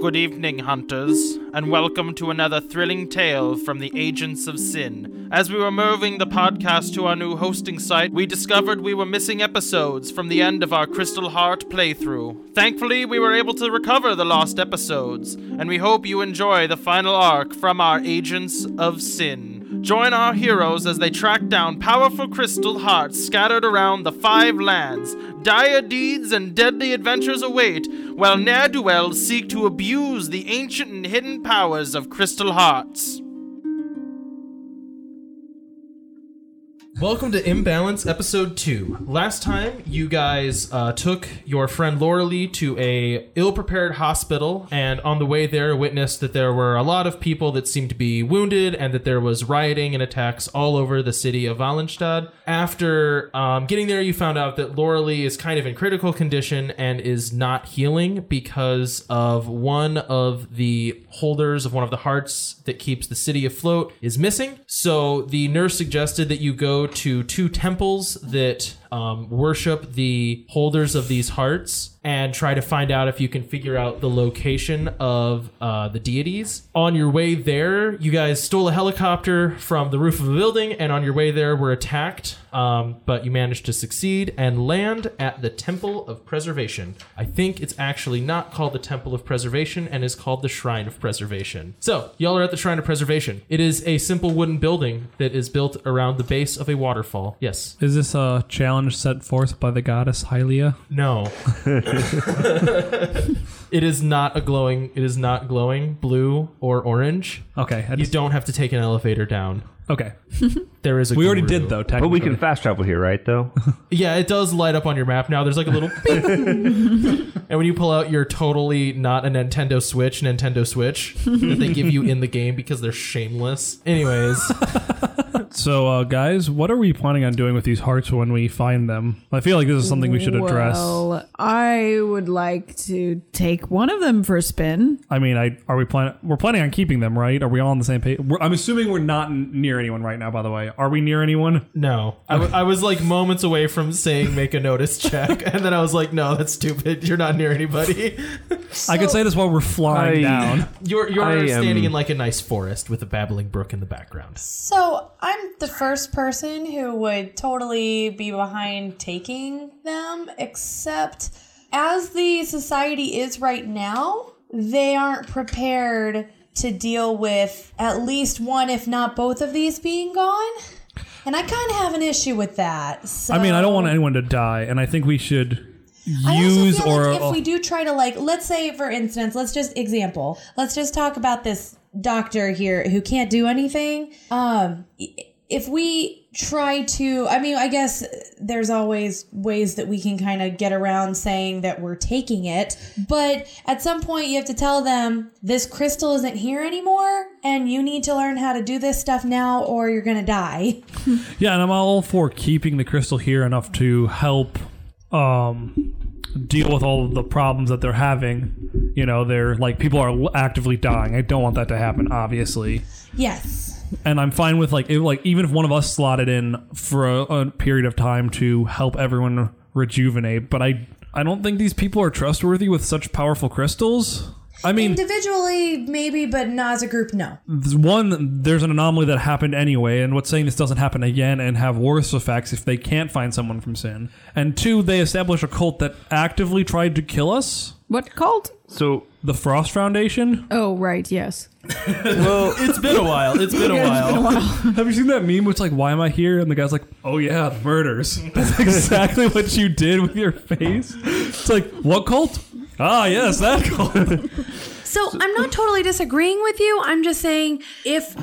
Good evening, hunters, and welcome to another thrilling tale from the Agents of Sin. As we were moving the podcast to our new hosting site, we discovered we were missing episodes from the end of our Crystal Heart playthrough. Thankfully, we were able to recover the lost episodes, and we hope you enjoy the final arc from our Agents of Sin. Join our heroes as they track down powerful crystal hearts scattered around the five lands. Dire deeds and deadly adventures await, while ne'er do wells seek to abuse the ancient and hidden powers of crystal hearts. Welcome to Imbalance Episode 2. Last time, you guys uh, took your friend Laura Lee to a ill-prepared hospital, and on the way there, witnessed that there were a lot of people that seemed to be wounded, and that there was rioting and attacks all over the city of Wallenstadt. After um, getting there, you found out that Laura Lee is kind of in critical condition and is not healing because of one of the holders of one of the hearts that keeps the city afloat is missing. So the nurse suggested that you go to two temples that um, worship the holders of these hearts and try to find out if you can figure out the location of uh, the deities. On your way there, you guys stole a helicopter from the roof of a building, and on your way there, were attacked. Um, but you managed to succeed and land at the Temple of Preservation. I think it's actually not called the Temple of Preservation and is called the Shrine of Preservation. So, y'all are at the Shrine of Preservation. It is a simple wooden building that is built around the base of a waterfall. Yes. Is this a challenge set forth by the goddess Hylia? No. it is not a glowing. It is not glowing blue or orange. Okay, I You just, don't have to take an elevator down. okay. There is a. We already guru. did though. But Technically, we can fast travel here, right? Though Yeah, it does light up on your map now. There's like a little. beep. and when you pull out your totally not a Nintendo Switch, Nintendo Switch that they give you in the game because they're shameless. Anyways, So, uh, guys, what are we planning on doing with these hearts when we find them? I feel like this is something we should address. Well, I would like to take one of them for a spin. I mean, I are we planning? We're planning on keeping them, right? Are we all on the same page? We're, I'm assuming we're not n- near anyone right now. By the way, are we near anyone? no. I, w- I was like moments away from saying make a notice check. And then I was like, no, that's stupid. You're not near anybody. I could say this while we're flying I- down. You're, you're I, um, standing in like a nice forest with a babbling brook in the background. So I'm the first person who would totally be behind taking them, except as the society is right now, they aren't prepared to deal with at least one, if not both of these being gone. And I kind of have an issue with that. So I mean, I don't want anyone to die, and I think we should Oh. I also use feel or uh, like if we do try to like let's say for instance let's just example let's just talk about this doctor here who can't do anything um i- if we try to i mean i guess there's always ways that we can kind of get around saying that we're taking it but at some point you have to tell them this crystal isn't here anymore and you need to learn how to do this stuff now or you're gonna die Yeah, and I'm all for keeping the crystal here enough to help um, deal with all of the problems that they're having. You know, they're like people are l- actively dying. I don't want that to happen, obviously. yes And I'm fine with like, if, like even if one of us slotted in for a, a period of time to help everyone rejuvenate, but I I don't think these people are trustworthy with such powerful crystals. I mean, individually maybe but not as a group no one, there's an anomaly that happened anyway, and what's saying this doesn't happen again and have worse effects if they can't find someone from sin. And two, they establish a cult that actively tried to kill us. What cult? so The Frost Foundation. Oh, right, yes. It's been a while. It's been a while. Have you seen that meme? Where it's like, why am I here? And the guy's like, oh yeah, the murders. That's exactly what you did with your face. It's like, what cult? Ah, yes, that cult. So I'm not totally disagreeing with you. I'm just saying if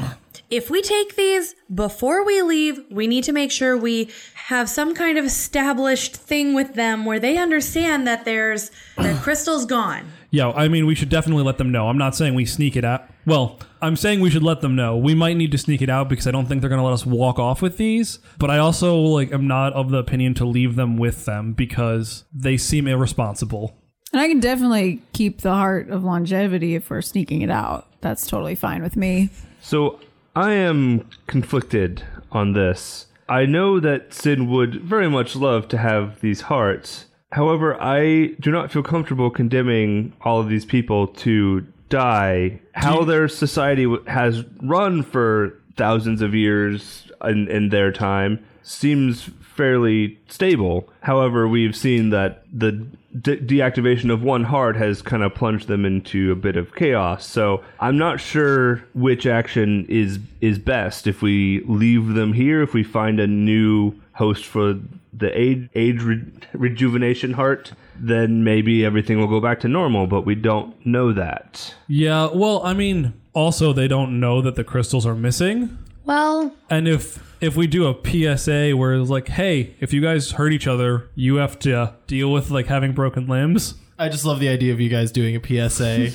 if we take these before we leave, we need to make sure we have some kind of established thing with them where they understand that there's their crystal's gone. Yeah, I mean, we should definitely let them know. I'm not saying we sneak it out. Well, I'm saying we should let them know. We might need to sneak it out because I don't think they're going to let us walk off with these. But I also like am not of the opinion to leave them with them because they seem irresponsible. And I can definitely keep the heart of longevity if we're sneaking it out. That's totally fine with me. so I am conflicted on this. I know that Sin would very much love to have these hearts. However, I do not feel comfortable condemning all of these people to die, how their society w- has run for thousands of years in, in their time seems fairly stable. However, we've seen that the de- deactivation of one heart has kind of plunged them into a bit of chaos. So I'm not sure which action is is best. If we leave them here, if we find a new host for the age, age re- rejuvenation heart, then maybe everything will go back to normal, but we don't know that. Yeah, well, I mean, also they don't know that the crystals are missing. Well, And if if we do a PSA where it's like, hey, if you guys hurt each other, you have to deal with like having broken limbs. I just love the idea of you guys doing a PSA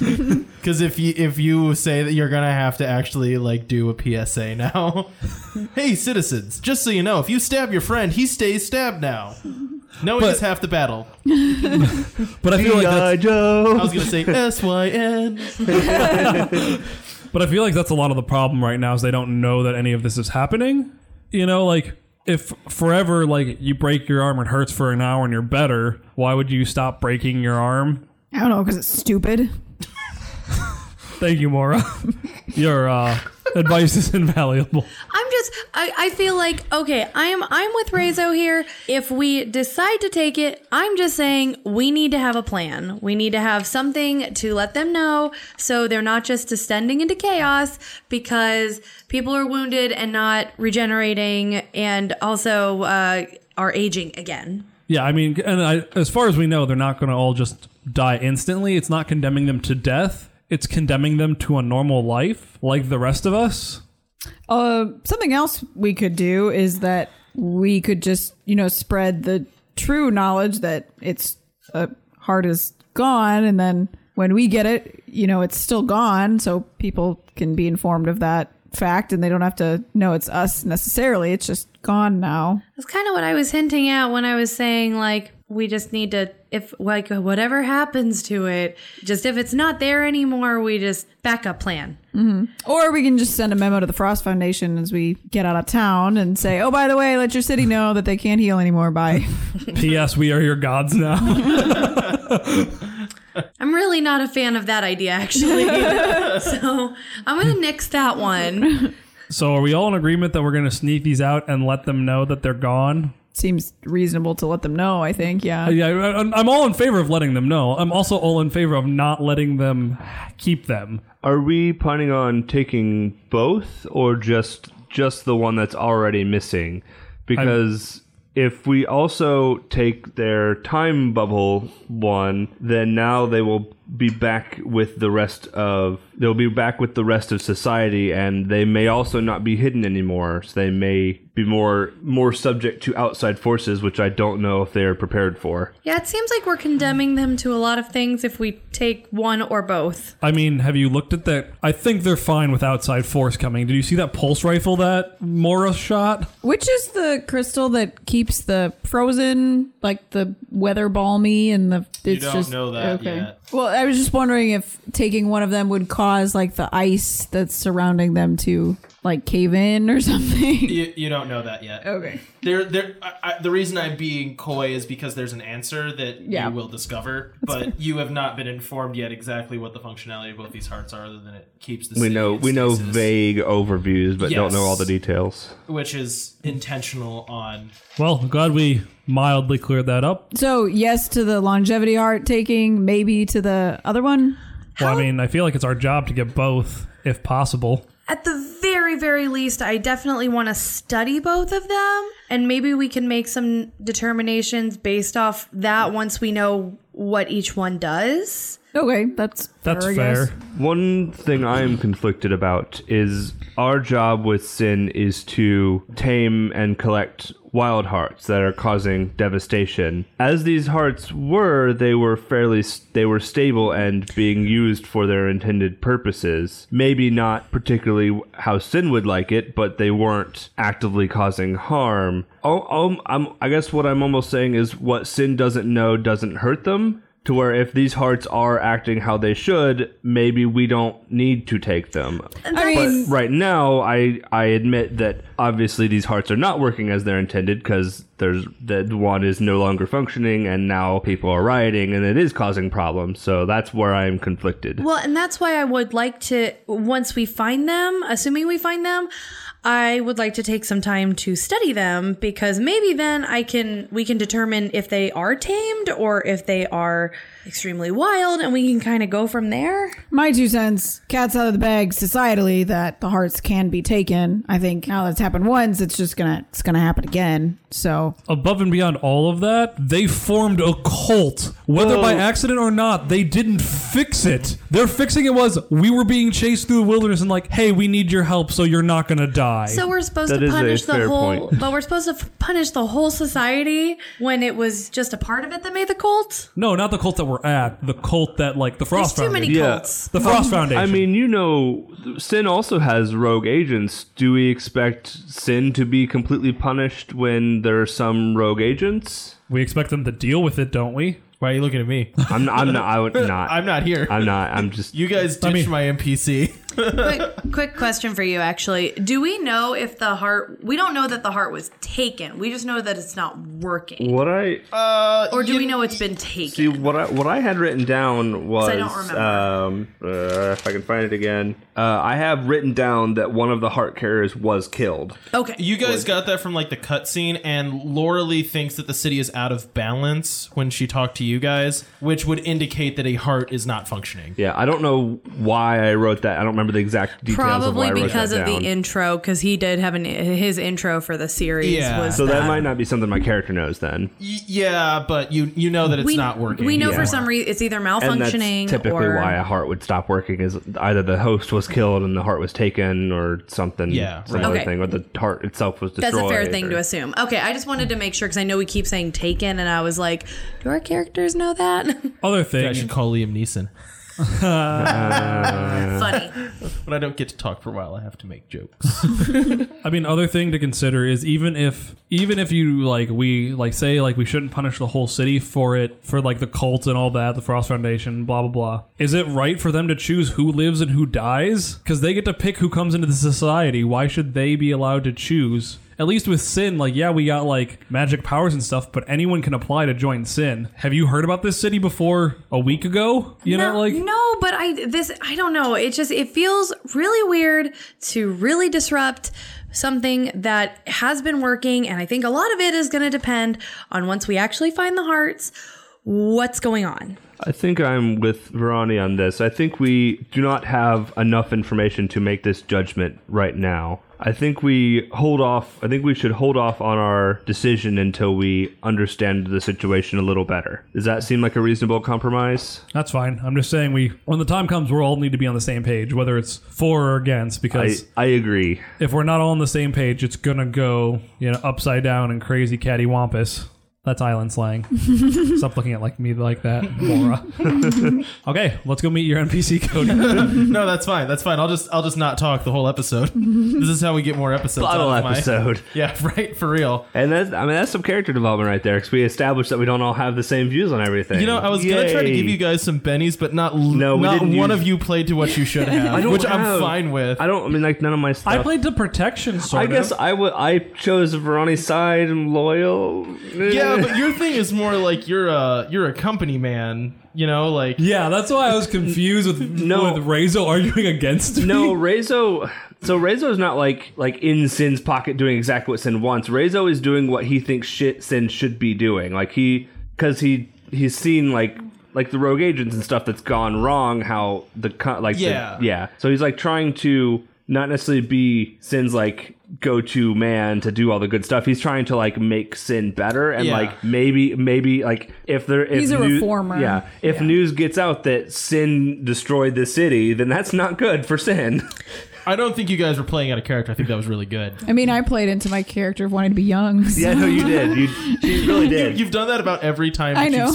because if you if you say that you're gonna have to actually like do a PSA now, hey citizens, just so you know, if you stab your friend, he stays stabbed now. Knowing But- is half the battle. But I feel like that's, I was gonna say S Y N. but I feel like that's a lot of the problem right now is they don't know that any of this is happening. You know, like if forever like you break your arm it hurts for an hour and you're better, why would you stop breaking your arm? I don't know because it's stupid. Thank you, Mora. your uh, advice is invaluable. I'm just I, I feel like okay, I am I'm with Rezo here. If we decide to take it, I'm just saying we need to have a plan. We need to have something to let them know so they're not just descending into chaos because people are wounded and not regenerating and also uh, are aging again. Yeah, I mean, and I, as far as we know, they're not going to all just die instantly. It's not condemning them to death. It's condemning them to a normal life, like the rest of us. Uh, something else we could do is that we could just, you know, spread the true knowledge that it's uh, heart is gone, and then when we get it, you know, it's still gone, so people can be informed of that fact, and they don't have to know it's us necessarily. It's just gone now. That's kind of what I was hinting at when I was saying like we just need to if like whatever happens to it, just if it's not there anymore, we just backup plan. Or we can just send a memo to the Frost Foundation as we get out of town and say, "Oh, by the way, let your city know that they can't heal anymore." Bye. P.S. We are your gods now. I'm really not a fan of that idea, actually. so I'm gonna nix that one. so, are we all in agreement that we're going to sneak these out and let them know that they're gone? Seems reasonable to let them know. I think, yeah. Uh, Yeah, I, I'm- I'm all in favor of letting them know. I'm also all in favor of not letting them keep them. Are we planning on taking both or just just the one that's already missing? Because if we also take their time bubble one, then now they will be back with the rest of they'll be back with the rest of society and they may also not be hidden anymore. So they may be more more subject to outside forces, which I don't know if they're prepared for. Yeah, it seems like we're condemning them to a lot of things if we take one or both. I mean, have you looked at that? I think they're fine with outside force coming. Did you see that pulse rifle that Mora shot? Which is the crystal that keeps the frozen, like the weather balmy and the. It's don't just, know that yet. Well, I was just wondering if taking one of them would cause like the ice that's surrounding them to like cave in or something. You, you don't know that yet. Okay. There, there. I, I, the reason I'm being coy is because there's an answer that Yeah. you will discover, but you have not been informed yet exactly what the functionality of both these hearts are, other than it keeps the. We city know in we know stasis, vague overviews, but don't know all the Yes. details. which is intentional on Well, glad we mildly cleared that up. So yes to the longevity art taking, maybe to the other one. Well, I mean, I feel like it's our job to get both, if possible. At the very, very least, I definitely want to study both of them, and maybe we can make some determinations based off that once we know what each one does. Okay, that's fair, That's I fair. guess. One thing I am conflicted about is our job with Sin is to tame and collect wild hearts that are causing devastation. As these hearts were, they were fairly s- they were stable and being used for their intended purposes. Maybe not particularly how Sin would like it, but they weren't actively causing harm. Oh, um, I'm, I guess what I'm almost saying is what Sin doesn't know doesn't hurt them to where if these hearts are acting how they should, maybe we don't need to take them. I mean, Right now, I I admit that obviously these hearts are not working as they're intended because there's that one is no longer functioning, and now people are rioting, and it is causing problems. So that's where I am conflicted. Well, and that's why I would like to, once we find them, assuming we find them, I would like to take some time to study them because maybe then I can, we can determine if they are tamed or if they are extremely wild and we can kind of go from there. my two cents, cats out of the bag societally that the hearts can be taken. I think now that's happened once, it's just gonna it's gonna happen again. So Above and beyond all of that, they formed a cult. Whether by Whoa. accident or not, they didn't fix it. Their fixing it was we were being chased through the wilderness and like, hey, we need your help so you're not gonna die. So we're supposed That to is a punish the fair whole, point. but we're supposed to f- punish the whole society when it was just a part of it that made the cult. no, not the cult that we're at. The cult that like the There's Frost too many Foundation. Yeah. cults. The Frost Foundation. I mean, you know, Sin also has rogue agents. Do we expect Sin to be completely punished when there are some rogue agents? we expect them to deal with it, don't we? Why are you looking at me? I'm, I'm not. I would not. I'm not here. I'm not. I'm just. you guys ditched mean- my NPC. quick, quick question for you, actually. Do we know if the heart? We don't know that the heart was taken. We just know that it's not working. what I Or do we know it's been taken? see what I what I had written down was I don't remember. um uh, if I can find it again. Uh, I have written down that one of the heart carriers was killed. okay. You guys got that from like the cutscene, and Laura Lee thinks that the city is out of balance when she talked to you guys, which would indicate that a heart is not functioning. Yeah, I don't know why I wrote that. I don't remember the exact details. of why Probably I wrote because that of down. the intro, because he did have an his intro for the series Yeah. was So that might not be something my character knows then. Y- yeah, but you you know that it's we, not working. We know Yeah. for some reason it's either and that's malfunctioning typically or why a heart would stop working is either the host was killed and the heart was taken or something Yeah, some right. other Okay. thing or the heart itself was destroyed that's a fair thing or- to assume. Okay, I just wanted to make sure because I know we keep saying taken, and I was like, do our characters know that? Other I should thing. call Liam Neeson. Uh. Funny. When I don't get to talk for a while, I have to make jokes. I mean, other thing to consider is even if even if you like we like say like we shouldn't punish the whole city for it for like the cult and all that, the Frost Foundation, blah blah blah. Is it right for them to choose who lives and who dies? Because they get to pick who comes into the society. Why should they be allowed to choose? At least with Sin, like yeah, we got like magic powers and stuff, but anyone can apply to join Sin. Have you heard about this city before a week ago? You know, no, like no, but I this I don't know. It just it feels really weird to really disrupt something that has been working, and I think a lot of it is going to depend on once we actually find the hearts, what's going on. I think I'm with Verani on this. I think we do not have enough information to make this judgment right now. I think we hold off. I think we should hold off on our decision until we understand the situation a little better. Does that seem like a reasonable compromise? That's fine. I'm just saying we when the time comes we'll all need to be on the same page, whether it's for or against, I, because I agree. if we're not all on the same page, it's gonna go, you know, upside down and crazy cattywampus. That's island slang. Stop looking at like me like that, Laura. okay, let's go meet your NPC Cody. no, that's fine. That's fine. I'll just I'll just not talk the whole episode. this is how we get more episodes. Final out of my- episode. Yeah, right. For real. And that's, I mean, that's some character development right there because we established that we don't all have the same views on everything. You know, I was gonna try to Yay. give you guys some bennies, but not l- No, we not didn't one use- of you played to what you should have, I don't which I'm have- fine with. I don't. I mean, like none of my stuff. I played to protection sort I guess of. I would. I chose Veroni's side. I'm loyal. yeah, but your thing is more like you're a you're a company man. You know, like yeah, that's why I was confused with No. with Rezo arguing against me. No, Rezo. So Rezo is not like like in Sin's pocket doing exactly what Sin wants. Rezo is doing what he thinks shit Sin should be doing. Like he, because he he's seen like like the rogue agents and stuff that's gone wrong. How the co- like the- Yeah. yeah. So he's like trying to not necessarily be Sin's like go to man to do all the good stuff. He's trying to like make Sin better and Yeah. like maybe maybe like if there if He's a new- reformer. Yeah. If news gets out that Sin destroyed the city, then that's not good for Sin. I don't think you guys were playing out of character. I think that was really good. I mean, I played into my character of wanting to be young. so- Yeah, no, you did. You, you really did. You've done that about every time I that know. you've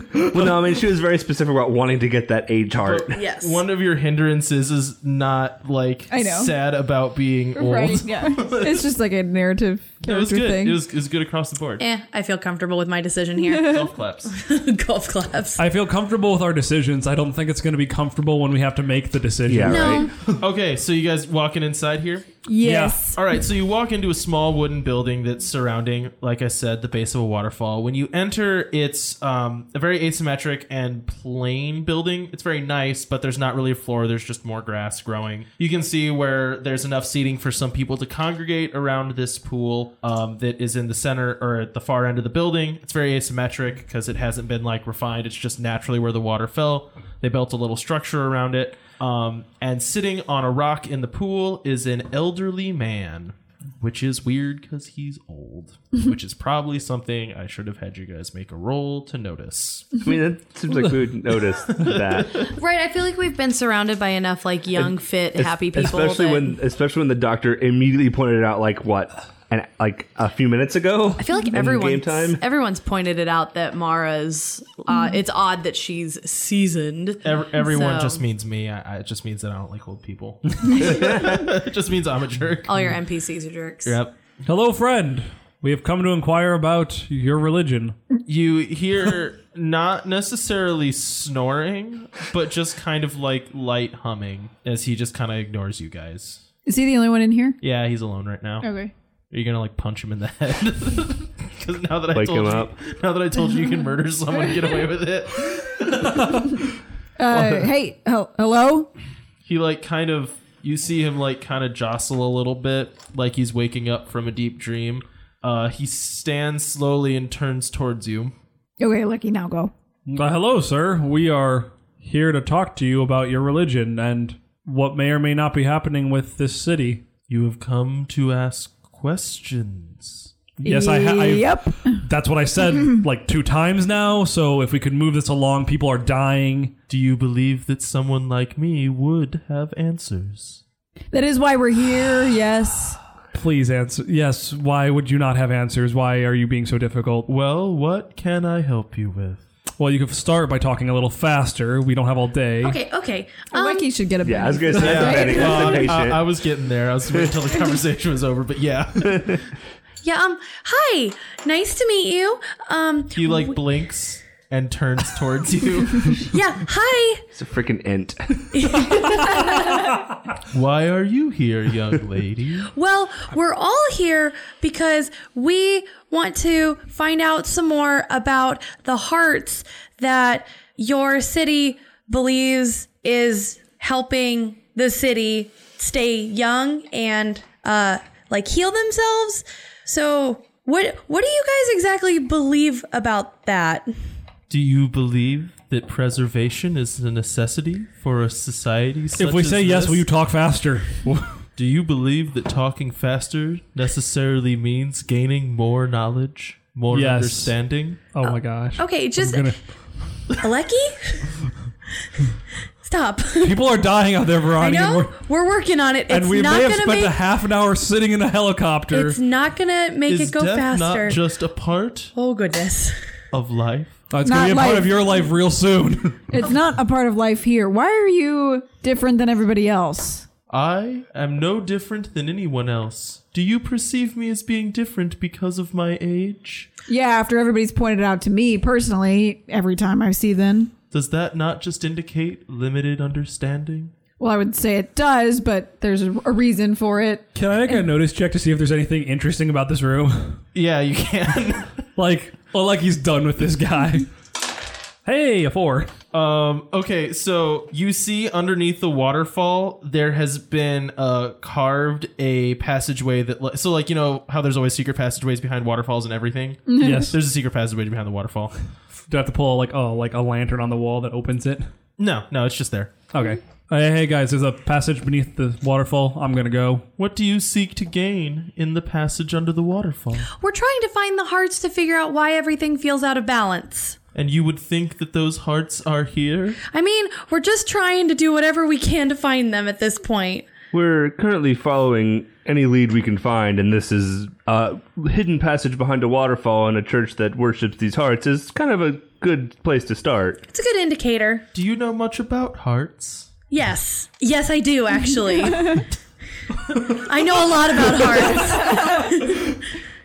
Well, no, I mean she was very specific about wanting to get that age heart. Yes. One of your hindrances is not like I know. sad about being old. Right. Yeah. it's just like a narrative It character was good. thing. It was, it was good across the board. Eh, I feel comfortable with my decision here. Golf claps. Golf claps. I feel comfortable with our decisions. I don't think it's going to be comfortable when we have to make the decision. Yeah, right. Okay, so you guys walking inside here? yes. All right, so you walk into a small wooden building that's surrounding, like I said, the base of a waterfall. When you enter, it's um, a very asymmetric and plain building. It's very nice, but there's not really a floor. There's just more grass growing. You can see where there's enough seating for some people to congregate around this pool um, that is in the center or at the far end of the building. It's very asymmetric because it hasn't been like refined. It's just naturally where the water fell. They built a little structure around it. Um, and sitting on a rock in the pool is an elderly man, which is weird because he's old, which is probably something I should have had you guys make a roll to notice. I mean, it seems like we would notice that, Right, I feel like we've been surrounded by enough like young, fit, happy people. especially that- when especially when the doctor immediately pointed it out like what and like a few minutes ago. I feel like in everyone game time. everyone's pointed it out that Mara's uh, it's odd that she's seasoned. Ev- everyone So- just means me. I, I, it just means that I don't like old people. it just means I'm a jerk. All your NPCs are jerks. Yep. Hello, friend. We have come to inquire about your religion. You hear not necessarily snoring, but just kind of like light humming as he just kind of ignores you guys. Is he the only one in here? Yeah, he's alone right now. Okay. Are you gonna like punch him in the head? Because now that I Wake told him you, up. now that I told you, you can murder someone, and get away with it. Uh, hey. hel- hello. He like kind of, you see him like kind of jostle a little bit, like he's waking up from a deep dream. Uh, he stands slowly and turns towards you. Okay, Lucky. Now go. Uh, hello, sir. We are here to talk to you about your religion and what may or may not be happening with this city. You have come to ask questions. Yes, I have. Yep. That's what I said like two times now. So if we could move this along, people are dying. Do you believe that someone like me would have answers? That is why we're here. Yes. Please answer. Yes. Why would you not have answers? Why are you being so difficult? Well, what can I help you with? Well, you could start by talking a little faster. We don't have all day. Okay, okay. Lucky should get a. Yeah, I was bag. gonna say that's demanding, that's impatient. Uh, I, I was getting there. I was waiting until the conversation was over, but yeah. Yeah, um hi. Nice to meet you. Um He like blinks and turns towards you. yeah, hi. it's a freaking int. Why are you here, young lady? Well, we're all here because we want to find out some more about the hearts that your city believes is helping the city stay young and uh like heal themselves. So, what what do you guys exactly believe about that? Do you believe that preservation is a necessity for a society? Such If we as say yes, this? will you talk faster? Do you believe that talking faster necessarily means gaining more knowledge, more Yes. understanding? Oh my gosh. Okay, just Gonna- Aleki? Stop. people are dying out there, I Verani. and know we're- we're working on it. It's And we not may have gonna spent make a half an hour sitting in a helicopter. It's not gonna make Is it go death faster. not just a part oh goodness. of life? That's going Not to be a part life. of your life real soon. It's not a part of life here. Why are you different than everybody else? I am no different than anyone else. Do you perceive me as being different because of my age? Yeah. After everybody's pointed out to me personally every time I see them. Does that not just indicate limited understanding? Well, I would say it does, but there's a a reason for it. Can I make a notice check to see if there's anything interesting about this room? Yeah, you can. like, well, like he's done with this guy. Hey, a four. um, okay, so you see underneath the waterfall, there has been uh, carved a passageway that, li- so like you know how there's always secret passageways behind waterfalls and everything. Mm-hmm. yes. There's a secret passageway behind the waterfall. Do I have to pull like oh like a lantern on the wall that opens it? No, no, it's just there. Okay. Hey, hey guys, there's a passage beneath the waterfall. I'm gonna go. What do you seek to gain in the passage under the waterfall? We're trying to find the hearts to figure out why everything feels out of balance. And you would think that those hearts are here? I mean, we're just trying to do whatever we can to find them at this point. We're currently following any lead we can find, and this is a hidden passage behind a waterfall in a church that worships these hearts is kind of a good place to start. It's a good indicator. Do you know much about hearts? Yes. Yes, I do, actually. I know a lot about hearts.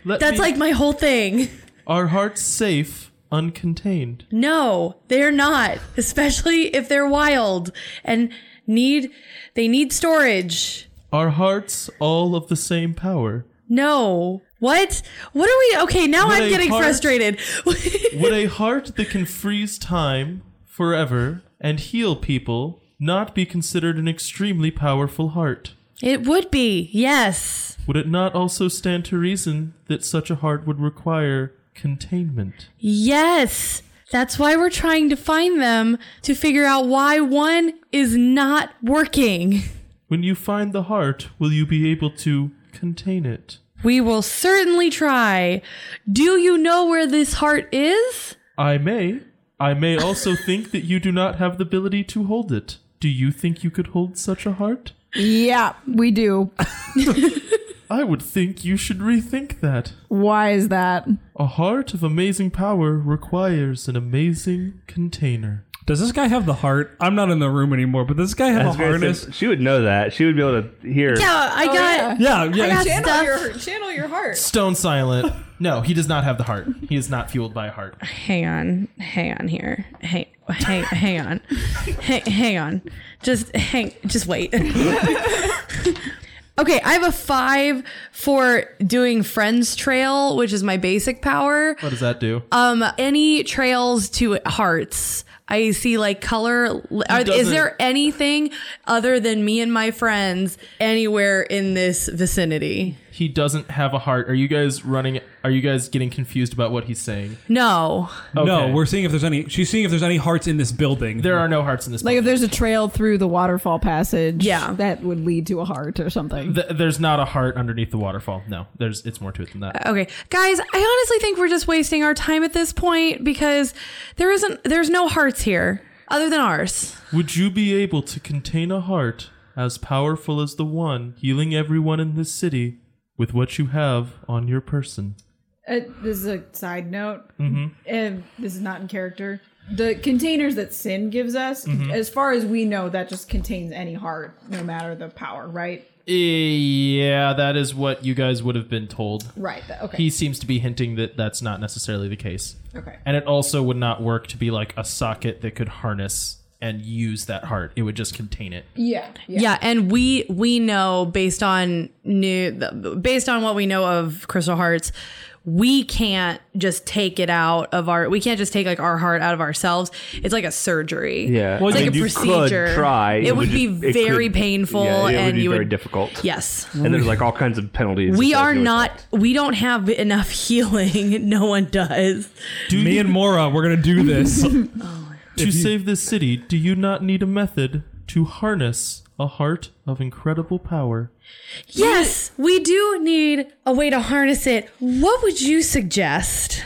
Let That's me- like my whole thing. are hearts safe uncontained? No, they're not, especially if they're wild and need they need storage. Are hearts all of the same power? No. What? What are we Okay, now Would I'm a getting heart- frustrated. Would a heart that can freeze time forever and heal people not be considered an extremely powerful heart? it would be. Yes. Would it not also stand to reason that such a heart would require containment? Yes. That's why we're trying to find them to figure out why one is not working. When you find the heart, will you be able to contain it? We will certainly try. Do you know where this heart is? I may. I may also think that you do not have the ability to hold it. Do you think you could hold such a heart? Yeah, we do. I would think you should rethink that. Why is that? A heart of amazing power requires an amazing container. Does this guy have the heart? I'm not in the room anymore, but does this guy have a That's very harness? sim- She would know that. She would be able to hear. Oh, Yeah, I got Yeah, I yeah. got it's- stuff. channel your heart. Stone silent. No, he does not have the heart. He is not fueled by a heart. hang on, hang on here. Hang, hang, hang on, hang, hang on. Just hang, just wait. okay, I have a five for doing friends trail, which is my basic power. What does that do? Uh, Um, any trails to hearts. I see like color. Are, is doesn't- there anything other than me and my friends anywhere in this vicinity? he doesn't have a heart. Are you guys running? Are you guys getting confused about what he's saying? No. No, Okay. we're seeing if there's any. She's seeing if there's any hearts in this building. There are no hearts in this. Like book. if there's a trail through the waterfall passage, Yeah. that would lead to a heart or something. Th- there's not a heart underneath the waterfall. No, there's. It's more to it than Uh. that. Okay, guys, I honestly think we're just wasting our time at this point because there isn't there's no hearts here other than ours. Would you be able to contain a heart as powerful as the one healing everyone in this city with what you have on your person? Uh, this is a side note. Mm-hmm. this is not in character. The containers that Sin gives us, as far as we know, that just contains any heart, no matter the power, right? Eh, Yeah, that is what you guys would have been told. Right. that- Okay. He seems to be hinting that that's not necessarily the case. okay. And it also would not work to be like a socket that could harness and use that heart. It would just contain it. Yeah. Yeah. Yeah, and we we know based on new the- based on what we know of Crystal Hearts, we can't just take it out of our we can't just take like our heart out of ourselves. It's like a surgery. Yeah. it's I like mean, a you could procedure. try. It, would just- be it could- very painful, yeah, it and would be you very would difficult. yes. And there's like all kinds of penalties. We are associated with not. We don't have enough healing. No one does. Me and Mora, we're gonna do this. To save this city, do you not need a method to harness a heart of incredible power? Yes, we do need a way to harness it. What would you suggest?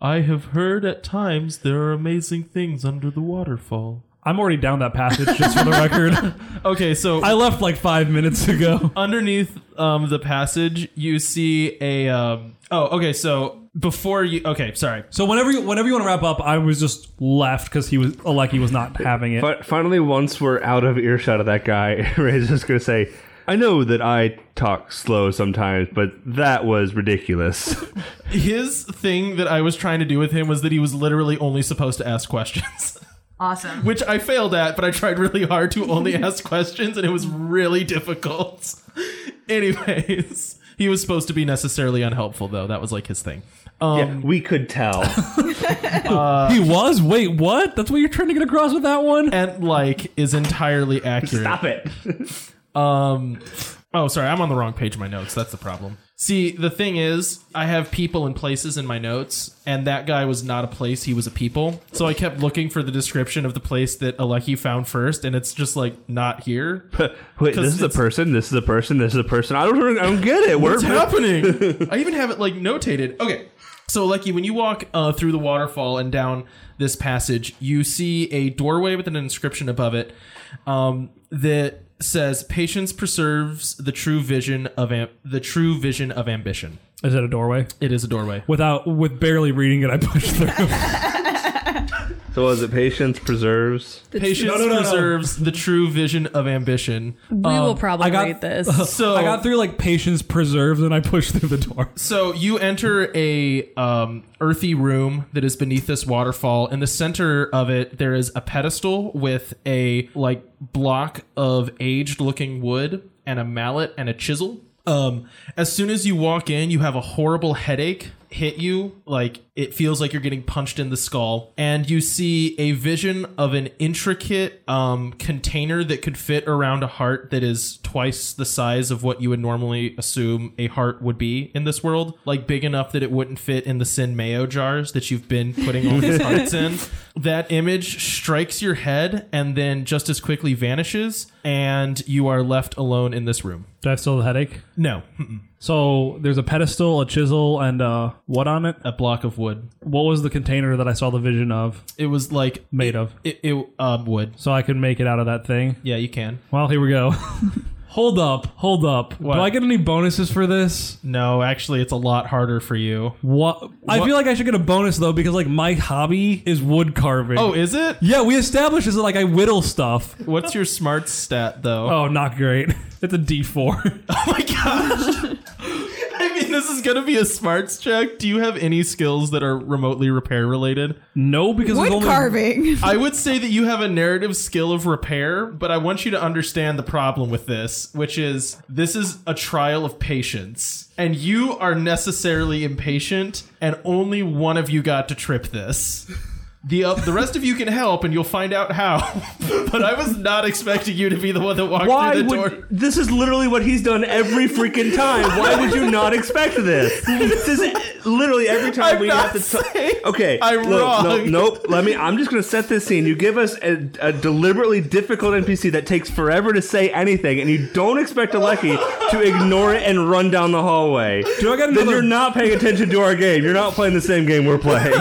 I have heard at times there are amazing things under the waterfall. I'm already down that passage, just for the record. Okay, so I left like five minutes ago. underneath um, the passage, you see a. Um, oh, okay, so before you. Okay, sorry. So whenever you, whenever you want to wrap up, I was just left because he was Aleki was not having it. Fi- finally, once we're out of earshot of that guy, Ray's just going to say, I know that I talk slow sometimes, but that was ridiculous. His thing that I was trying to do with him was that he was literally only supposed to ask questions. Awesome. Which I failed at, but I tried really hard to only ask questions, and it was really difficult. Anyways, he was supposed to be necessarily unhelpful, though. That was like his thing. yeah, we could tell. he was. Wait, what? That's what you're trying to get across with that one. And like is entirely accurate. Stop it. Um, oh, sorry, I'm on the wrong page of my notes. That's the problem. See, the thing is, I have people and places in my notes, and that guy was not a place, he was a people. So I kept looking for the description of the place that Aleki found first, and it's just like not here. Wait, Because this is a it's- person. This is a person. This is a person. I don't. I don't get it. We're What's happening? I even have it like notated. Okay. So, Lecky, when you walk uh, through the waterfall and down this passage, you see a doorway with an inscription above it um, that says, "Patience preserves the true vision of am- the true vision of ambition." Is it a doorway? It is a doorway. Without with barely reading it, I pushed through. So was it patience preserves? Patience No, no, no, no. preserves the true vision of ambition. We will probably Um, I got- read this. So I got through like patience preserves, and I pushed through the door. So you enter a um, earthy room that is beneath this waterfall. In the center of it, there is a pedestal with a like block of aged-looking wood and a mallet and a chisel. Um, as soon as you walk in, you have a horrible headache hit you. Like it feels like you're getting punched in the skull, and you see a vision of an intricate um, container that could fit around a heart that is twice the size of what you would normally assume a heart would be in this world. Like big enough that it wouldn't fit in the sin mayo jars that you've been putting all these hearts in. That image strikes your head and then just as quickly vanishes, and you are left alone in this room. Do I have still have a headache? No, Mm-mm. So there's a pedestal, a chisel, and uh, what on it? a block of wood. What was the container that I saw the vision of It was like made of? it, it um, wood. So I could make it out of that thing. Yeah, you can. Well, here we go. hold up, hold up. What? Do I get any bonuses for this? No, actually, it's a lot harder for you. What? I feel like I should get a bonus though because like my hobby is wood carving. Oh, is it? yeah, we established is like I whittle stuff. What's your smart stat though? Oh, not great. It's a D four. Oh my gosh! I mean, this is gonna be a smarts check. Do you have any skills that are remotely repair related? no, because there's Wood only carving. I would say that you have a narrative skill of repair, but I want you to understand the problem with this, which is this is a trial of patience, and you are necessarily impatient, and only one of you got to trip this. The, uh, the rest of you can help, and you'll find out how. but I was not expecting you to be the one that walked Why through the would door. this is literally what he's done every freaking time? Why would you not expect this? This is literally every time I'm we not have to. T- saying okay, I'm no, no, wrong. nope. Let me. I'm just gonna set this scene. You give us a, a deliberately difficult NPC that takes forever to say anything, and you don't expect a lucky to ignore it and run down the hallway. Do I get Then another? you're not paying attention to our game. You're not playing the same game we're playing.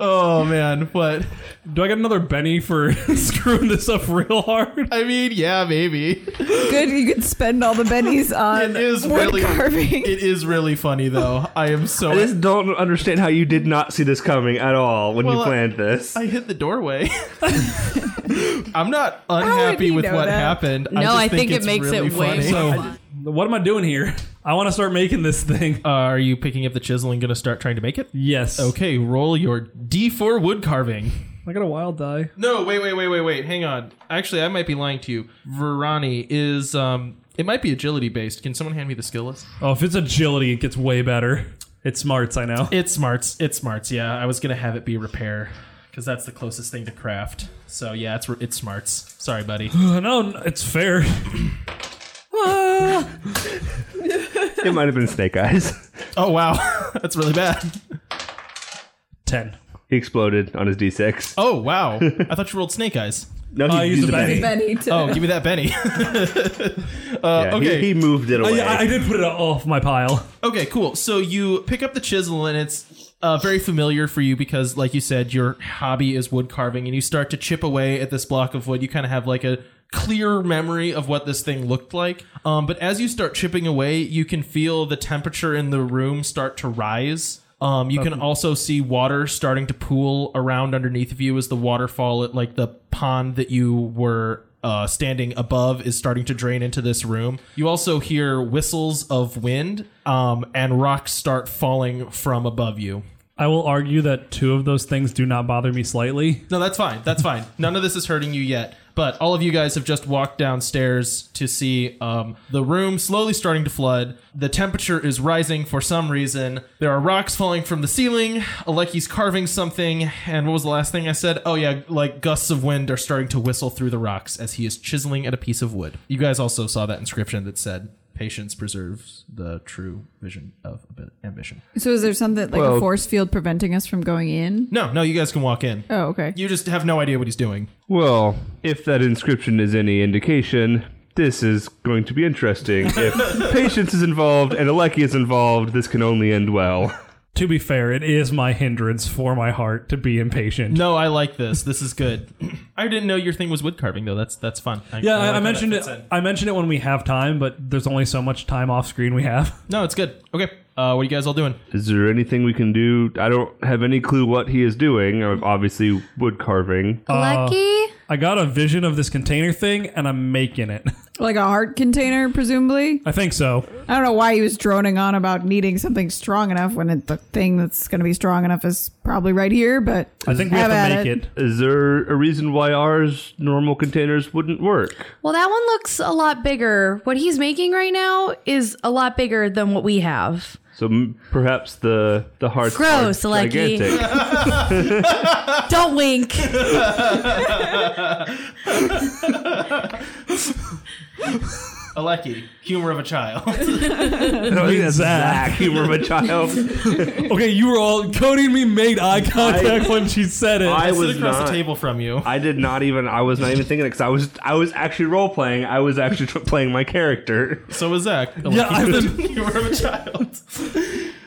Oh man, but do I get another Benny for screwing this up real hard? I mean, yeah, maybe. Good. You could spend all the bennies It on is wood really carving. It is really funny though. I am so I just don't understand how you did not see this coming at all when Well, you I- planned this. I hit the doorway. I'm not How would he unhappy with know what that? happened. No, just I think it's it makes really it way funny. more So, fun. what am I doing here? I want to start making this thing. Uh, are you picking up the chisel and going to start trying to make it? Yes. Okay, roll your D4 wood carving. I got a wild die. No, wait, wait, wait, wait, wait. Hang on. Actually, I might be lying to you. Verani is um, it might be agility based. Can someone hand me the skill list? Oh, if it's agility, it gets way better. It's smarts, I know. It's smarts. It's smarts. Yeah, I was gonna have it be repair because that's the closest thing to craft. So yeah, it's it's smarts. Sorry, buddy. no, n- it's fair. Ah. it might have been Snake Eyes. oh wow, that's really bad. Ten. He exploded on his D6. Oh wow, I thought you rolled snake eyes. No, I he used used a a Benny. penny. Benny to Oh, give me that Benny. Yeah, okay. he, he moved it I, away. Uh, I- I did put it off my pile. okay, cool. So you pick up the chisel and it's uh, very familiar for you because, like you said, your hobby is wood carving, and you start to chip away at this block of wood. You kind of have like a clear memory of what this thing looked like. Um, but as you start chipping away, you can feel the temperature in the room start to rise. Um, you can also see water starting to pool around underneath of you as the waterfall at like the pond that you were uh, standing above is starting to drain into this room. You also hear whistles of wind um, and rocks start falling from above you. I will argue that two of those things do not bother me slightly. No, that's fine. That's fine. None of this is hurting you yet. But all of you guys have just walked downstairs to see um, the room slowly starting to flood. The temperature is rising for some reason. There are rocks falling from the ceiling. Aleki's carving something. And what was the last thing I said? Oh, yeah, like gusts of wind are starting to whistle through the rocks as he is chiseling at a piece of wood. You guys also saw that inscription that said, Patience preserves the true vision of abi- ambition. So is there something like Well- a force field preventing us from going in? No, no, you guys can walk in. Oh, okay. You just have no idea what he's doing. well, if that inscription is any indication, this is going to be interesting. If patience is involved and Aleki is involved, this can only end well. to be fair, it is my hindrance for my heart to be impatient. No, I like this. This is good. I didn't know your thing was wood carving though. That's that's fun. Yeah, like I, I how that mentioned it. fits in. I mentioned it when we have time, but there's only so much time off screen we have. No, it's good. Okay, uh, what are you guys all doing? Is there anything we can do? I don't have any clue what he is doing. Uh, Obviously, wood carving. Lucky. I got a vision of this container thing, and I'm making it. Like a heart container, presumably. I think so. I don't know why he was droning on about needing something strong enough when it, the thing that's going to be strong enough is probably right here. But I think we have Have to at make it. it. Is there a reason why ours normal containers wouldn't work? Well, that one looks a lot bigger. What he's making right now is a lot bigger than what we have. So m- perhaps the the hearts Gross, are like he- gigantic. Don't wink. Aleki, humor of a child. I Oh, think that's Zach. Zach. humor of a child. Okay, you were all Cody and me made eye contact when she said it. I Sit was across not. the table from you. I did not even. I was not even thinking it because I was. I was actually role playing. I was actually tr- playing my character. So was Zach. yeah, I've been. humor of a child.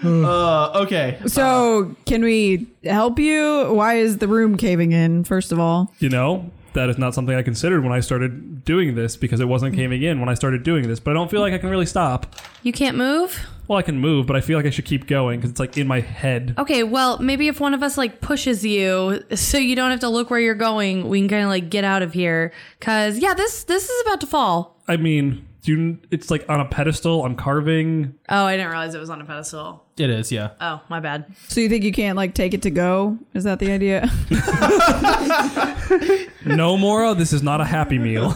uh, okay. so, can we help you? Why is the room caving in? First of all, You know, that is not something I considered when I started doing this because it wasn't caving in when I started doing this. But I don't feel like I can really stop. You can't move? Well, I can move, but I feel like I should keep going because it's like in my head. Okay, well, maybe if one of us like pushes you so you don't have to look where you're going, we can kind of like get out of here cuz yeah, this this is about to fall. I mean, do you, it's like on a pedestal. I'm carving. Oh, I didn't realize it was on a pedestal. It is, yeah. Oh, my bad. so you think you can't like take it to go? Is that the idea? No, Mora, this is not a happy meal.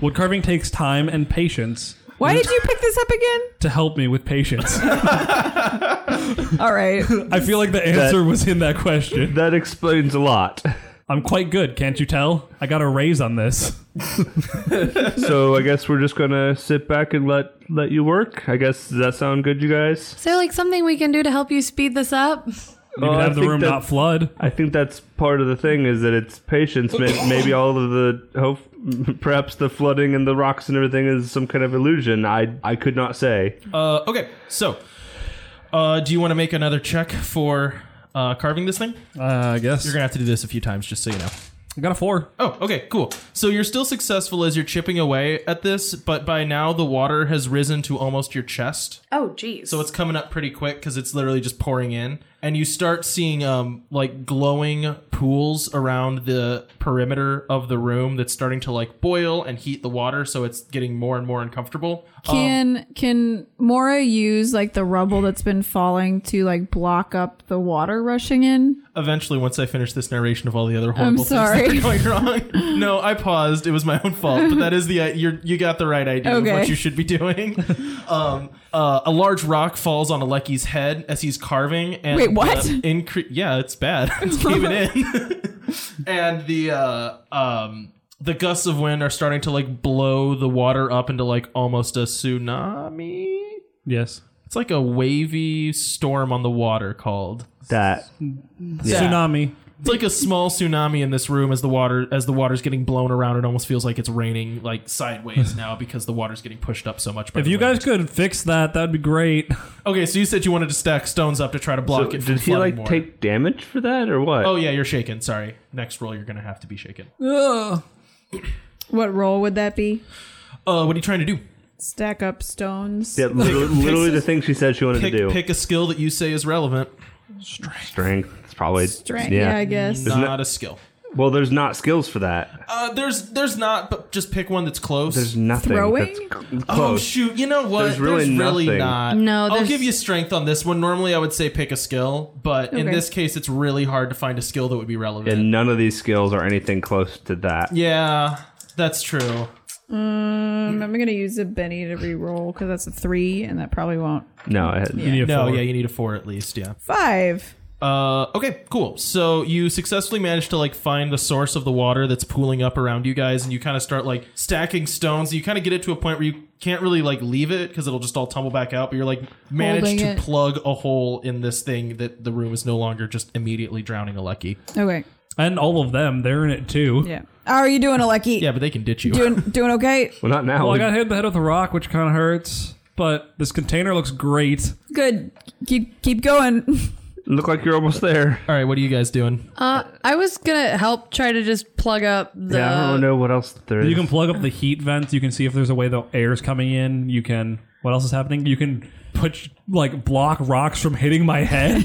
Wood carving takes time and patience. Why did you pick this up again? To help me with patience, All right. I feel like the answer was in that question. That explains a lot. I'm quite good, can't you tell? I got a raise on this. So I guess we're just gonna sit back and let let you work. I guess does that sound good, you guys? Is there like something we can do to help you speed this up? You Oh, can I have the think room that- not flood. I think that's part of the thing is that it's patience. May- Maybe all of the hope, perhaps the flooding and the rocks and everything is some kind of illusion. I I could not say. Uh, okay, so uh, do you want to make another check for uh, carving this thing? Uh, I guess. You're gonna have to do this a few times, just so you know. I got a four. Oh, okay, cool. So you're still successful as you're chipping away at this, but by now the water has risen to almost your chest. Oh, jeez. So it's coming up pretty quick because it's literally just pouring in, and you start seeing um like glowing pools around the perimeter of the room that's starting to like boil and heat the water, so it's getting more and more uncomfortable. Can can Mora use like the rubble that's been falling to like block up the water rushing in? Eventually, once I finish this narration of all the other horrible sorry. things that are going wrong, no, I paused. It was my own fault, but that is the uh, you're, you got the right idea of Okay. what you should be doing. Um, uh, a large rock falls on Aleki's head as he's carving. And Wait, what? the incre- yeah, it's bad. It's caving in, and the uh, um, the gusts of wind are starting to like blow the water up into like almost a tsunami. Yes. It's like a wavy storm on the water called. That Tsunami. It's like a small tsunami in this room as the water as the water's getting blown around. It almost feels like it's raining like sideways now because the water's getting pushed up so much. By If the you wind. guys could fix that, that'd be great. okay, so you said you wanted to stack stones up to try to block So it. From did he flooding like more. take damage for that or what? Oh yeah, you're shaken. Sorry. Next roll, you're gonna have to be shaken. What role would that be? Uh, what are you trying to do? Stack up stones. Yeah, literally, literally the thing she said she wanted Pick, to do. pick a skill that you say is relevant. Strength. It's probably Strength. Yeah. I guess. Not that- a skill. Well, there's not skills for that. Uh, there's there's not, but just pick one that's close. There's nothing Throwing? that's c- Oh close. shoot! You know what? There's really nothing. not. No, I'll there's- give you strength on this one. Normally, I would say pick a skill, but in Okay. this case, it's really hard to find a skill that would be relevant. and none of these skills are anything close to that. yeah, that's true. Um, I'm gonna use a Benny to re-roll because that's a three, and that probably won't. No, it, You need a No, four. yeah, you need a four at least. Yeah. Five. Uh, okay, cool. So you successfully managed to like find the source of the water that's pooling up around you guys, and you kind of start like stacking stones. You kind of get it to a point where you can't really like leave it because it'll just all tumble back out. But you're like managed Holding to it. plug a hole in this thing that the room is no longer just immediately drowning Aleki. Okay. And all of them, they're in it too. Yeah. How are you doing, Aleki? Yeah, but they can ditch you. Doing doing okay? Well, not now. Well, I We- got hit in the head with a rock, which kind of hurts. But this container looks great. Good. Keep keep going. Look like you're almost there. All right, what are you guys doing? Uh, I was gonna help try to just plug up the. yeah, I don't know what else there is. You can plug up the heat vents. You can see if there's a way the air's coming in. You can. What else is happening? You can put like block rocks from hitting my head.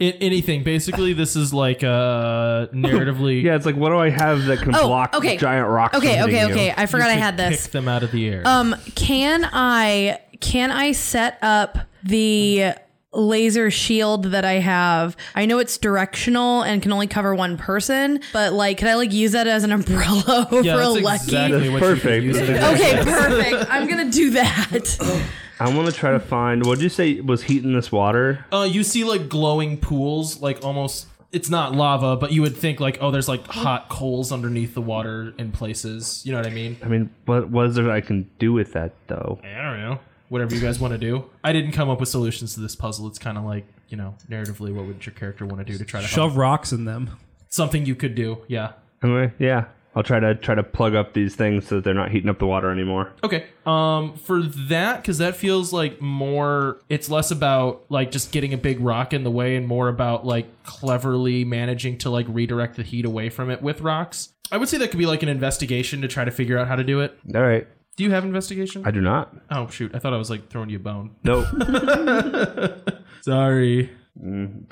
I- anything. Basically, this is like uh narratively yeah, it's like what do I have that can Oh, block okay. giant rocks? from Okay, hitting okay, you? okay. I forgot I should had this. Pick them out of the air. Um, can I can I set up the laser shield that I have? I know it's directional and can only cover one person, but like, can I like use that as an umbrella over yeah, a that's lucky? exactly what you could perfect. use it for. Okay, perfect. I'm gonna do that. I want to try to find. What did you say was heating this water? Uh, you see like glowing pools, like almost. It's not lava, but you would think like, oh, there's like hot coals underneath the water in places. You know what I mean? I mean, what was there I can do with that though? I don't know. Whatever you guys want to do. I didn't come up with solutions to this puzzle. It's kind of like you know, narratively, what would your character want to do to try to help? Shove rocks in them. Something you could do. Yeah. Anyway, yeah, I'll try to try to plug up these things so that they're not heating up the water anymore. Okay. Um, for that, because that feels like more. It's less about like just getting a big rock in the way, and more about like cleverly managing to like redirect the heat away from it with rocks. I would say that could be like an investigation to try to figure out how to do it. All right, Do you have investigation? I do not. oh shoot! I thought I was like throwing you a bone. Nope. Sorry.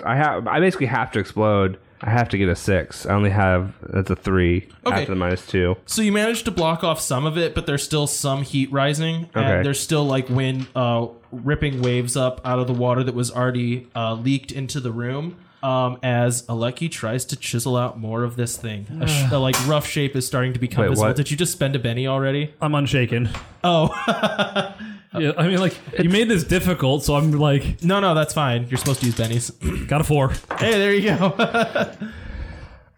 I have. I basically have to explode. I have to get a six. I only have that's a three Okay. after the minus two. So you managed to block off some of it, but there's still some heat rising, Okay. and there's still like wind uh, ripping waves up out of the water that was already uh, leaked into the room. Um, as Aleki tries to chisel out more of this thing, a, sh- a like rough shape is starting to become Wait, visible. what? Did you just spend a penny already? I'm unshaken. Oh, Yeah, I mean, like you made this difficult, so I'm like, no, no, that's fine. You're supposed to use bennies. got a four. Hey, there you go.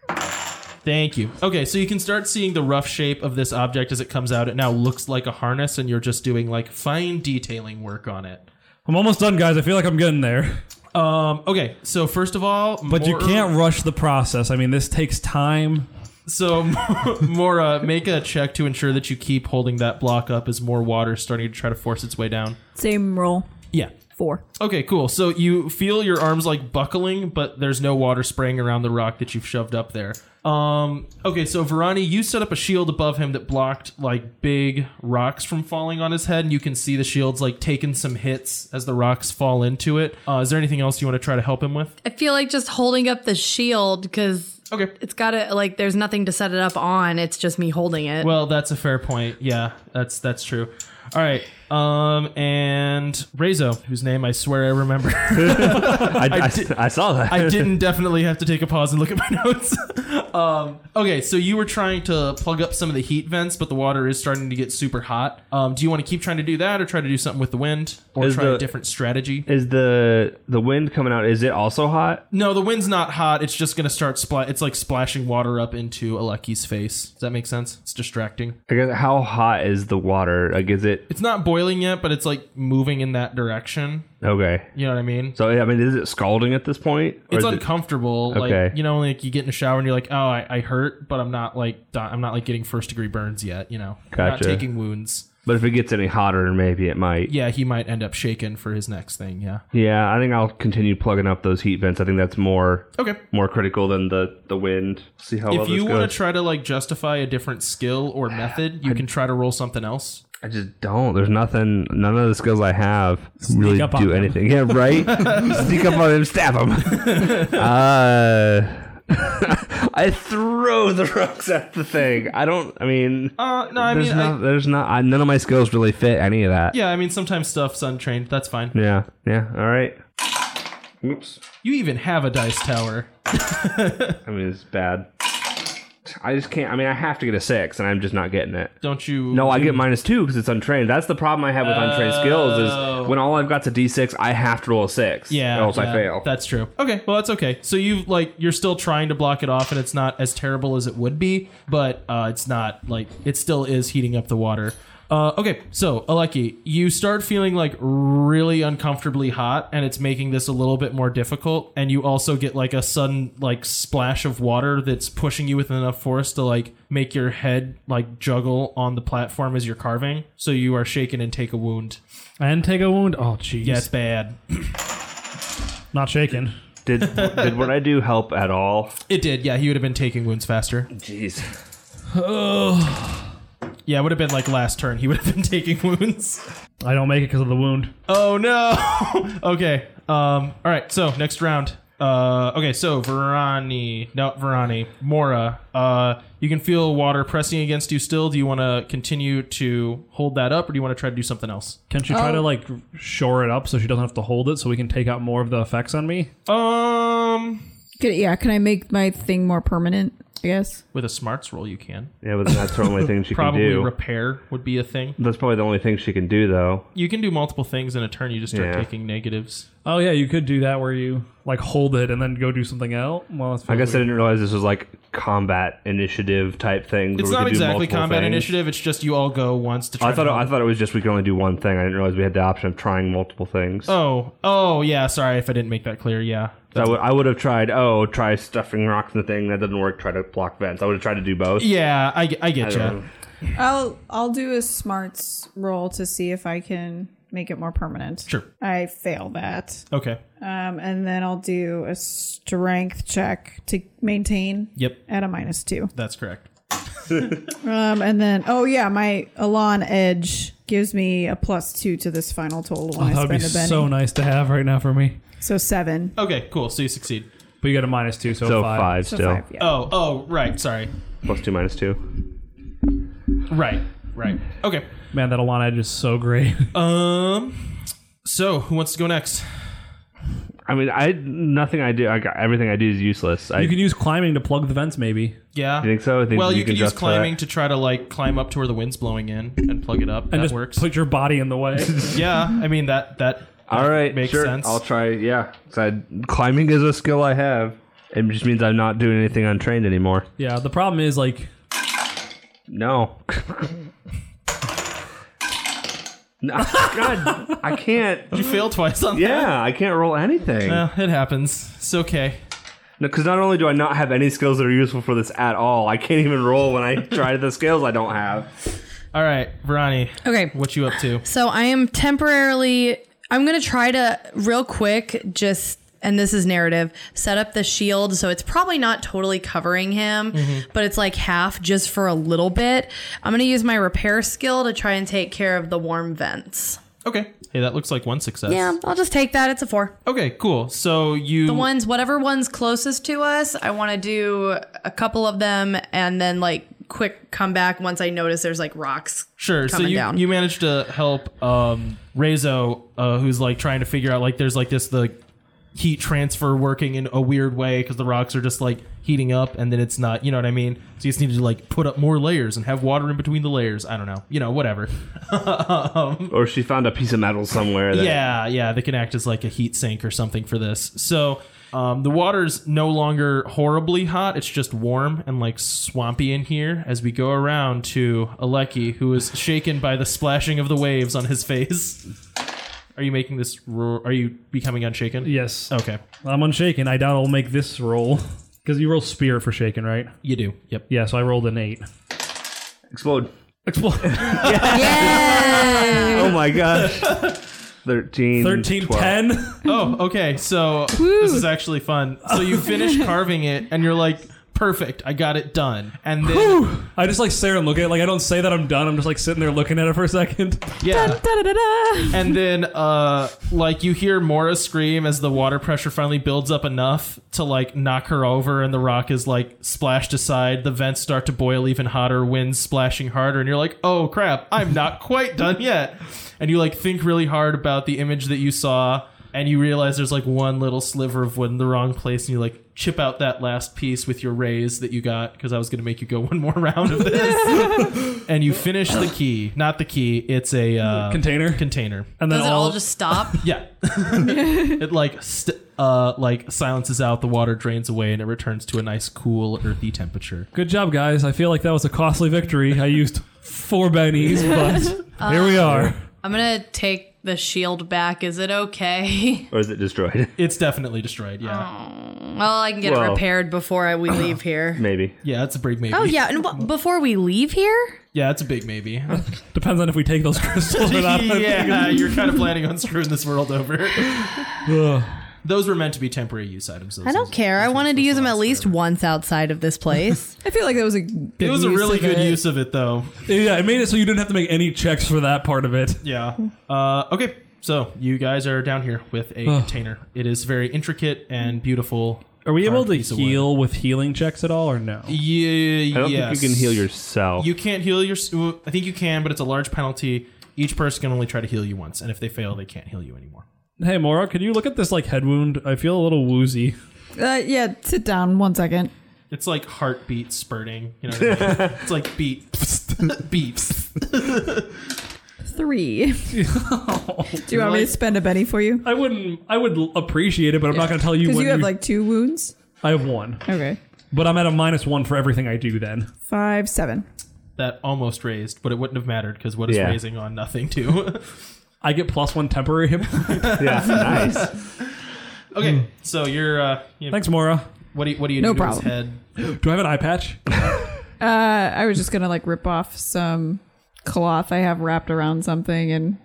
Thank you. Okay, so you can start seeing the rough shape of this object as it comes out. It now looks like a harness, and you're just doing like fine detailing work on it. I'm almost done, guys. I feel like I'm getting there. Um, okay, so first of all, But you Mor- can't rush the process. I mean, this takes time. So, Mora, make a check to ensure that you keep holding that block up as more water is starting to try to force its way down. Same roll. Yeah. Four. Okay, cool. So you feel your arms like buckling, but there's no water spraying around the rock that you've shoved up there. Um, okay, so Varani, you set up a shield above him that blocked like big rocks from falling on his head, and you can see the shield's like taking some hits as the rocks fall into it. Uh, is there anything else you want to try to help him with? I feel like just holding up the shield because Okay. it's gotta like there's nothing to set it up on. It's just me holding it. Well, that's a fair point. Yeah, that's that's true. All right. Um, and Rezo, whose name I swear I remember. I, I, I saw that. I didn't definitely have to take a pause and look at my notes. um, okay, so you were trying to plug up some of the heat vents, but the water is starting to get super hot. Um, do you want to keep trying to do that, or try to do something with the wind, or Is try a the- different strategy? Is the the wind coming out? Is it also hot? no, the wind's not hot. It's just gonna start splat. It's like splashing water up into Aleki's face. Does that make sense? It's distracting. I guess how hot is the water? Like, is it It's not boiling yet, but it's like moving in that direction. okay? You know what I mean? So I mean, is it scalding at this point? Or it's is it- uncomfortable. Okay. Like you know, like you get in a shower and you're like, oh, I, I hurt, but I'm not like di- I'm not like getting first degree burns yet. You know, I'm not Gotcha. taking wounds. but if it gets any hotter, maybe it might. Yeah, he might end up shaken for his next thing. Yeah. Yeah, I think I'll continue plugging up those heat vents. I think that's more Okay. more critical than the the wind. See how well if this you want goes. to try to like justify a different skill or method, you can try to roll something else. I just don't. There's nothing. None of the skills I have really up on do them. anything. Yeah, right. Sneak up on him, stab him. uh, I throw the rocks at the thing. I don't. I mean, Uh, no, I there's mean, I- not. there's not. I, none of my skills really fit any of that. yeah, I mean, sometimes stuff's untrained. That's fine. Yeah. Yeah. All right. Oops. You even have a dice tower. I mean, it's bad. I just can't. I mean, I have to get a six, and I'm just not getting it. Don't you? No, I get minus two because it's untrained. That's the problem I have with untrained skills is when all I've got's a d6, I have to roll a six. Oh. Yeah, or else yeah, I fail. That's true. Okay, well that's okay. So you have like you're still trying to block it off, and it's not as terrible as it would be, but uh, it's not like it still is heating up the water. Uh, okay, so Aleki, you start feeling like really uncomfortably hot, and it's making this a little bit more difficult. And you also get like a sudden like splash of water that's pushing you with enough force to like make your head like juggle on the platform as you're carving. So you are shaken and take a wound. And take a wound. Oh, jeez. Yeah, it's bad. Not shaken. Did did what I do help at all? It did. Yeah, he would have been taking wounds faster. Jeez. Yeah, it would have been like last turn. He would have been taking wounds. I don't make it because of the wound. Oh no. okay. Um. All right. So next round. Uh. Okay. So Verani. No, Verani. Mora. Uh. You can feel water pressing against you still. Do you want to continue to hold that up, or do you want to try to do something else? Can Oh. she try to like shore it up so she doesn't have to hold it so we can take out more of the effects on me? Um. Could, yeah, can I make my thing more permanent? I guess. With a smarts roll, you can Yeah, but that's the only thing she can probably do. repair would be a thing. that's probably the only thing she can do, though. You can do multiple things in a turn. You just start Yeah. taking negatives. Oh yeah, you could do that where you like hold it and then go do something else. Well, that's I guess I weird. didn't realize this was like combat initiative type thing. It's not exactly combat initiative. It's just you all go once to try. I thought to it, I thought it was just we could only do one thing. I didn't realize we had the option of trying multiple things. Oh, oh yeah. Sorry if I didn't make that clear. Yeah. So I would- I would have tried. Oh, try stuffing rocks in the thing that doesn't work. Try to block vents. I would have tried to do both. Yeah, I, ge- I get don't you. know. I'll I'll do a smarts roll to see if I can make it more permanent. Sure. I fail that. Okay. Um, and then I'll do a strength check to maintain. Yep. At a minus two. That's correct. Um, and then oh yeah, my Alon edge gives me a plus two to this final total when I Oh, That'd be spend a penny. so nice to have right now for me. so seven. Okay, cool. So you succeed. But you got a minus two, so, So five. five, So still five, yeah. Oh, oh, right. Sorry. Plus two minus two. Right. Right. Okay. Man, that Alana edge is so great. Um. So who wants to go next? I mean, I nothing I do. I got, everything I do is useless. I you can use climbing to plug the vents, maybe, Yeah. You think so? I think well, you, you could can use justify climbing it. to try to like climb up to where the wind's blowing in and plug it up. and that just works. put your body in the way. yeah. I mean that that. All right, makes sure. sense. I'll try. Yeah, 'Cause I, climbing is a skill I have. It just means I'm not doing anything untrained anymore. yeah. The problem is like No. no God, I can't. You fail twice on Yeah, I can't roll anything. that. Yeah, it happens. It's okay. Because not only do I not have any skills that are useful for this at all, I can't even roll when I try the skills I don't have. All right, Verani. Okay. What you up to? So I am temporarily. I'm gonna try to real quick just. And this is narrative. Set up the shield, so it's probably not totally covering him, but it's like half just for a little bit. I'm gonna use my repair skill to try and take care of the warm vents. Okay. Hey, that looks like one success. Yeah, I'll just take that. It's a four. Okay. Cool. So you. The ones, whatever one's closest to us, I want to do a couple of them and then like quick come back once I notice there's like rocks. Sure. So coming you down. you managed to help um, Rezo, uh, who's like trying to figure out like there's like this the heat transfer working in a weird way because the rocks are just like heating up and then it's not you know what I mean. So you just need to like put up more layers and have water in between the layers. I don't know. You know whatever. um, Or she found a piece of metal somewhere. That, yeah, yeah. They can act as like a heat sink or something for this. So. Um, the water's no longer horribly hot. It's just warm and like swampy in here as we go around to Aleki, who is shaken by the splashing of the waves on his face. Are you making this roar? Are you becoming unshaken? yes, Okay. I'm unshaken. I doubt I'll make this roll because you roll spear for shaken, right? You do. Yep. Yeah, so I rolled an eight. Explode. Explode. Oh my gosh. 13. 13, 12. 10. Oh, okay. So this is actually fun. So you finish carving it and you're like, perfect. I got it done. And then, I just like stare and look at it. Like I don't say that I'm done. I'm just like sitting there looking at it for a second. yeah. Da-da-da-da. and then uh like you hear Mora scream as the water pressure finally builds up enough to like knock her over and the rock is like splashed aside the vents start to boil even hotter winds splashing harder and you're like oh crap I'm not quite done yet and you like think really hard about the image that you saw and you realize there's like one little sliver of wood in the wrong place, and you like chip out that last piece with your raise that you got because I was going to make you go one more round of this, and you finish the key. Not the key. It's a uh, Container? Container. And then Does it all just stop? Yeah. it like st- uh like silences out the water drains away and it returns to a nice cool earthy temperature. Good job, guys. I feel like that was a costly victory. I used four bennies, but here we are. I'm gonna take the shield back. Is it okay? Or is it destroyed? It's definitely destroyed. Yeah. well, I can get it Well. repaired before I, we leave here. Maybe. Yeah, it's a big maybe. Oh yeah, and w- before we leave here, Yeah, it's a big maybe. Depends on if we take those crystals or not. yeah, you're kind of planning on screwing this world over. Those were meant to be temporary use items. Those I don't care. I wanted to use them at least once outside of this place. I feel like that was a. It was a really good use of it though. Yeah, it made it so you didn't have to make any checks for that part of it. Yeah. Uh, okay. So you guys are down here with a container. It is very intricate and beautiful. Are we able carved to piece of wood. heal with healing checks at all, or no? Yeah, I don't yes. think you can heal yourself. You can't heal your. well, I think you can, but it's a large penalty. Each person can only try to heal you once, and if they fail, they can't heal you anymore. Hey, Mora, could you look at this like head wound? I feel a little woozy. Uh, yeah, sit down one second. It's like heartbeat spurting. You know, what I mean? it's like beat, beeps. Three. Do you want me to spend a Benny for you? I wouldn't. I would l- appreciate it, but I'm not going to tell you Because when. you have like two wounds. I have one, Okay. but I'm at a minus one for everything I do. Then Five, seven. That almost raised, but it wouldn't have mattered because what is Yeah. raising on nothing to? I get plus one temporary. hit- Yeah, nice. okay, so you're. Uh, you Thanks, Mora. What do you, what do you Hmm. No do to his problem. head? Do I have an eye patch? Uh, I was just gonna like rip off some cloth I have wrapped around something and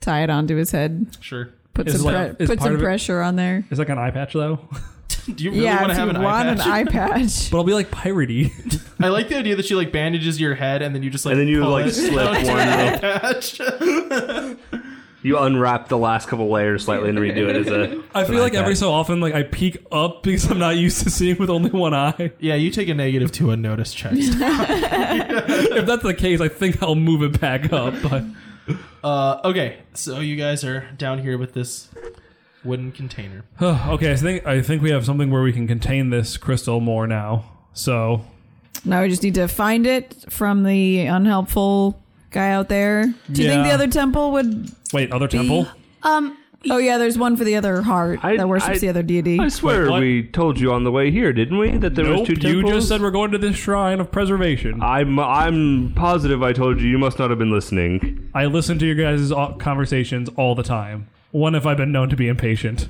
tie it onto his head. Sure. Put Is some like- pre- is put part some of it- pressure on there. Is like an eye patch though, Do you really yeah, want to if have you an eye want an patch? eye patch. but I'll be like piratey. I like the idea that she like bandages your head and then you just like And then you pull like it slip out one to the little- eye patch. You unwrap the last couple layers slightly and redo it as a. I feel like every so often, like I peek up because I'm not used to seeing with only one eye. yeah, you take a negative two unnoticed checks. If that's the case, I think I'll move it back up. But Uh, okay, so you guys are down here with this wooden container. okay, I think I think we have something where we can contain this crystal more now. So Now we just need to find it from the unhelpful guy out there. Do you think Yeah. the other temple would? wait, other temple. Um, Oh yeah, there's one for the other heart I- that worships I- the other deity. I swear Wait, what? we told you on the way here, didn't we? That there was Nope, two you temples. just said we're going to this shrine of preservation. I'm I'm positive I told you. You must not have been listening. I listen to your guys' au- conversations all the time. One, if I've been known to be impatient,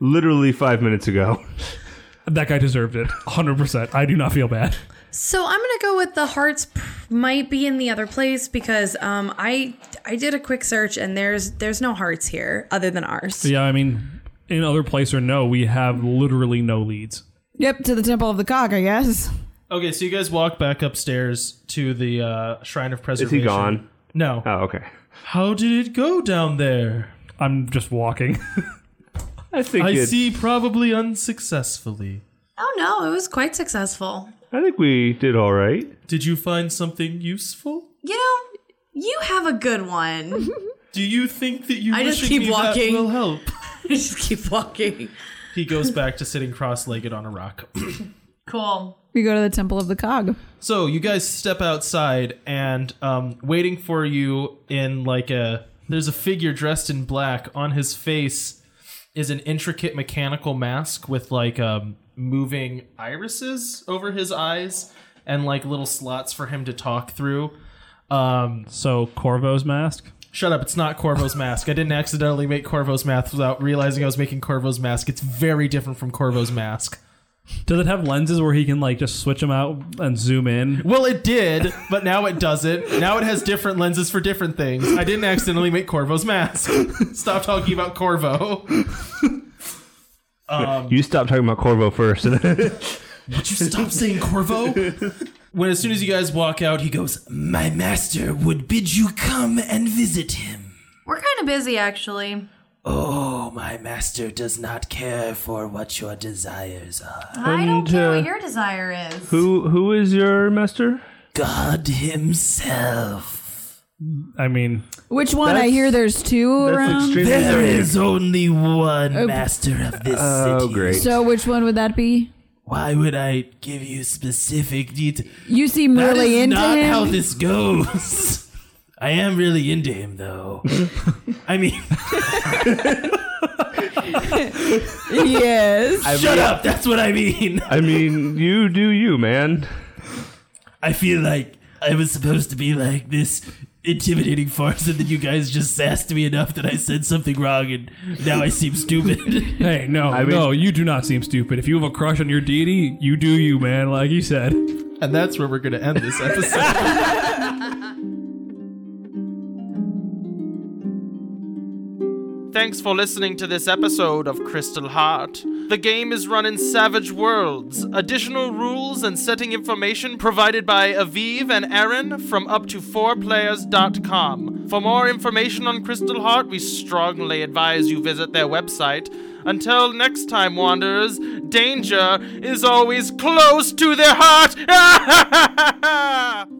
Literally five minutes ago. that guy deserved it. 100%. I do not feel bad. so I'm gonna go with the hearts p- might be in the other place because um, I I did a quick search and there's there's no hearts here other than ours. Yeah, I mean, in other place or no, we have literally no leads. Yep, to the temple of the cock, I guess. Okay, so you guys walk back upstairs to the uh, shrine of Is preservation. he gone? No. Oh, okay. How did it go down there? I'm just walking. I think I it- see, probably unsuccessfully. Oh no, it was quite successful. I think we did all right. Did you find something useful? You know, you have a good one. Do you think that you I just wishing keep me that walking. will help? just keep walking. He goes back to sitting cross-legged on a rock. Cool. We go to the temple of the cog. So you guys step outside and um, waiting for you in like a there's a figure dressed in black. On his face is an intricate mechanical mask with like um, moving irises over his eyes and like little slots for him to talk through. Um, So, Corvo's mask? shut up! It's not Corvo's mask. I didn't accidentally make Corvo's mask without realizing I was making Corvo's mask. It's very different from Corvo's mask. Does it have lenses where he can, like, just switch them out and zoom in? Well, it did, but now it doesn't. Now it has different lenses for different things. I didn't accidentally make Corvo's mask. Stop talking about Corvo. you stopped talking about Corvo first. Would you stop saying Corvo? When as soon as you guys walk out, he goes, My master would bid you come and visit him. We're kind of busy actually. Oh, my master does not care for what your desires are. I don't And, care uh, what your desire is. who who is your master? God himself. I mean, Which one? I That's- hear there's two That's around. extremely vague. only one Oh. master of this Oh, great. So which one would that be? Why would I give you specific detail? You seem That really is into not him. how this goes. I am really into him, though. I mean, yes. shut up. That's what I mean. I mean, you do you, man. I feel like I was supposed to be like this intimidating farce, and then you guys just sassed me enough that I said something wrong, and now I seem stupid. hey, no, no, you do not seem stupid. If you have a crush on your deity, you do you, man. Like you said. and that's where we're going to end this episode. Thanks for listening to this episode of Crystal Heart. The game is run in Savage Worlds. Additional rules and setting information provided by Aviv and Aaron from up to 4players.com. For more information on Crystal Heart, we strongly advise you visit their website. Until next time, Wanderers, danger is always close to their heart.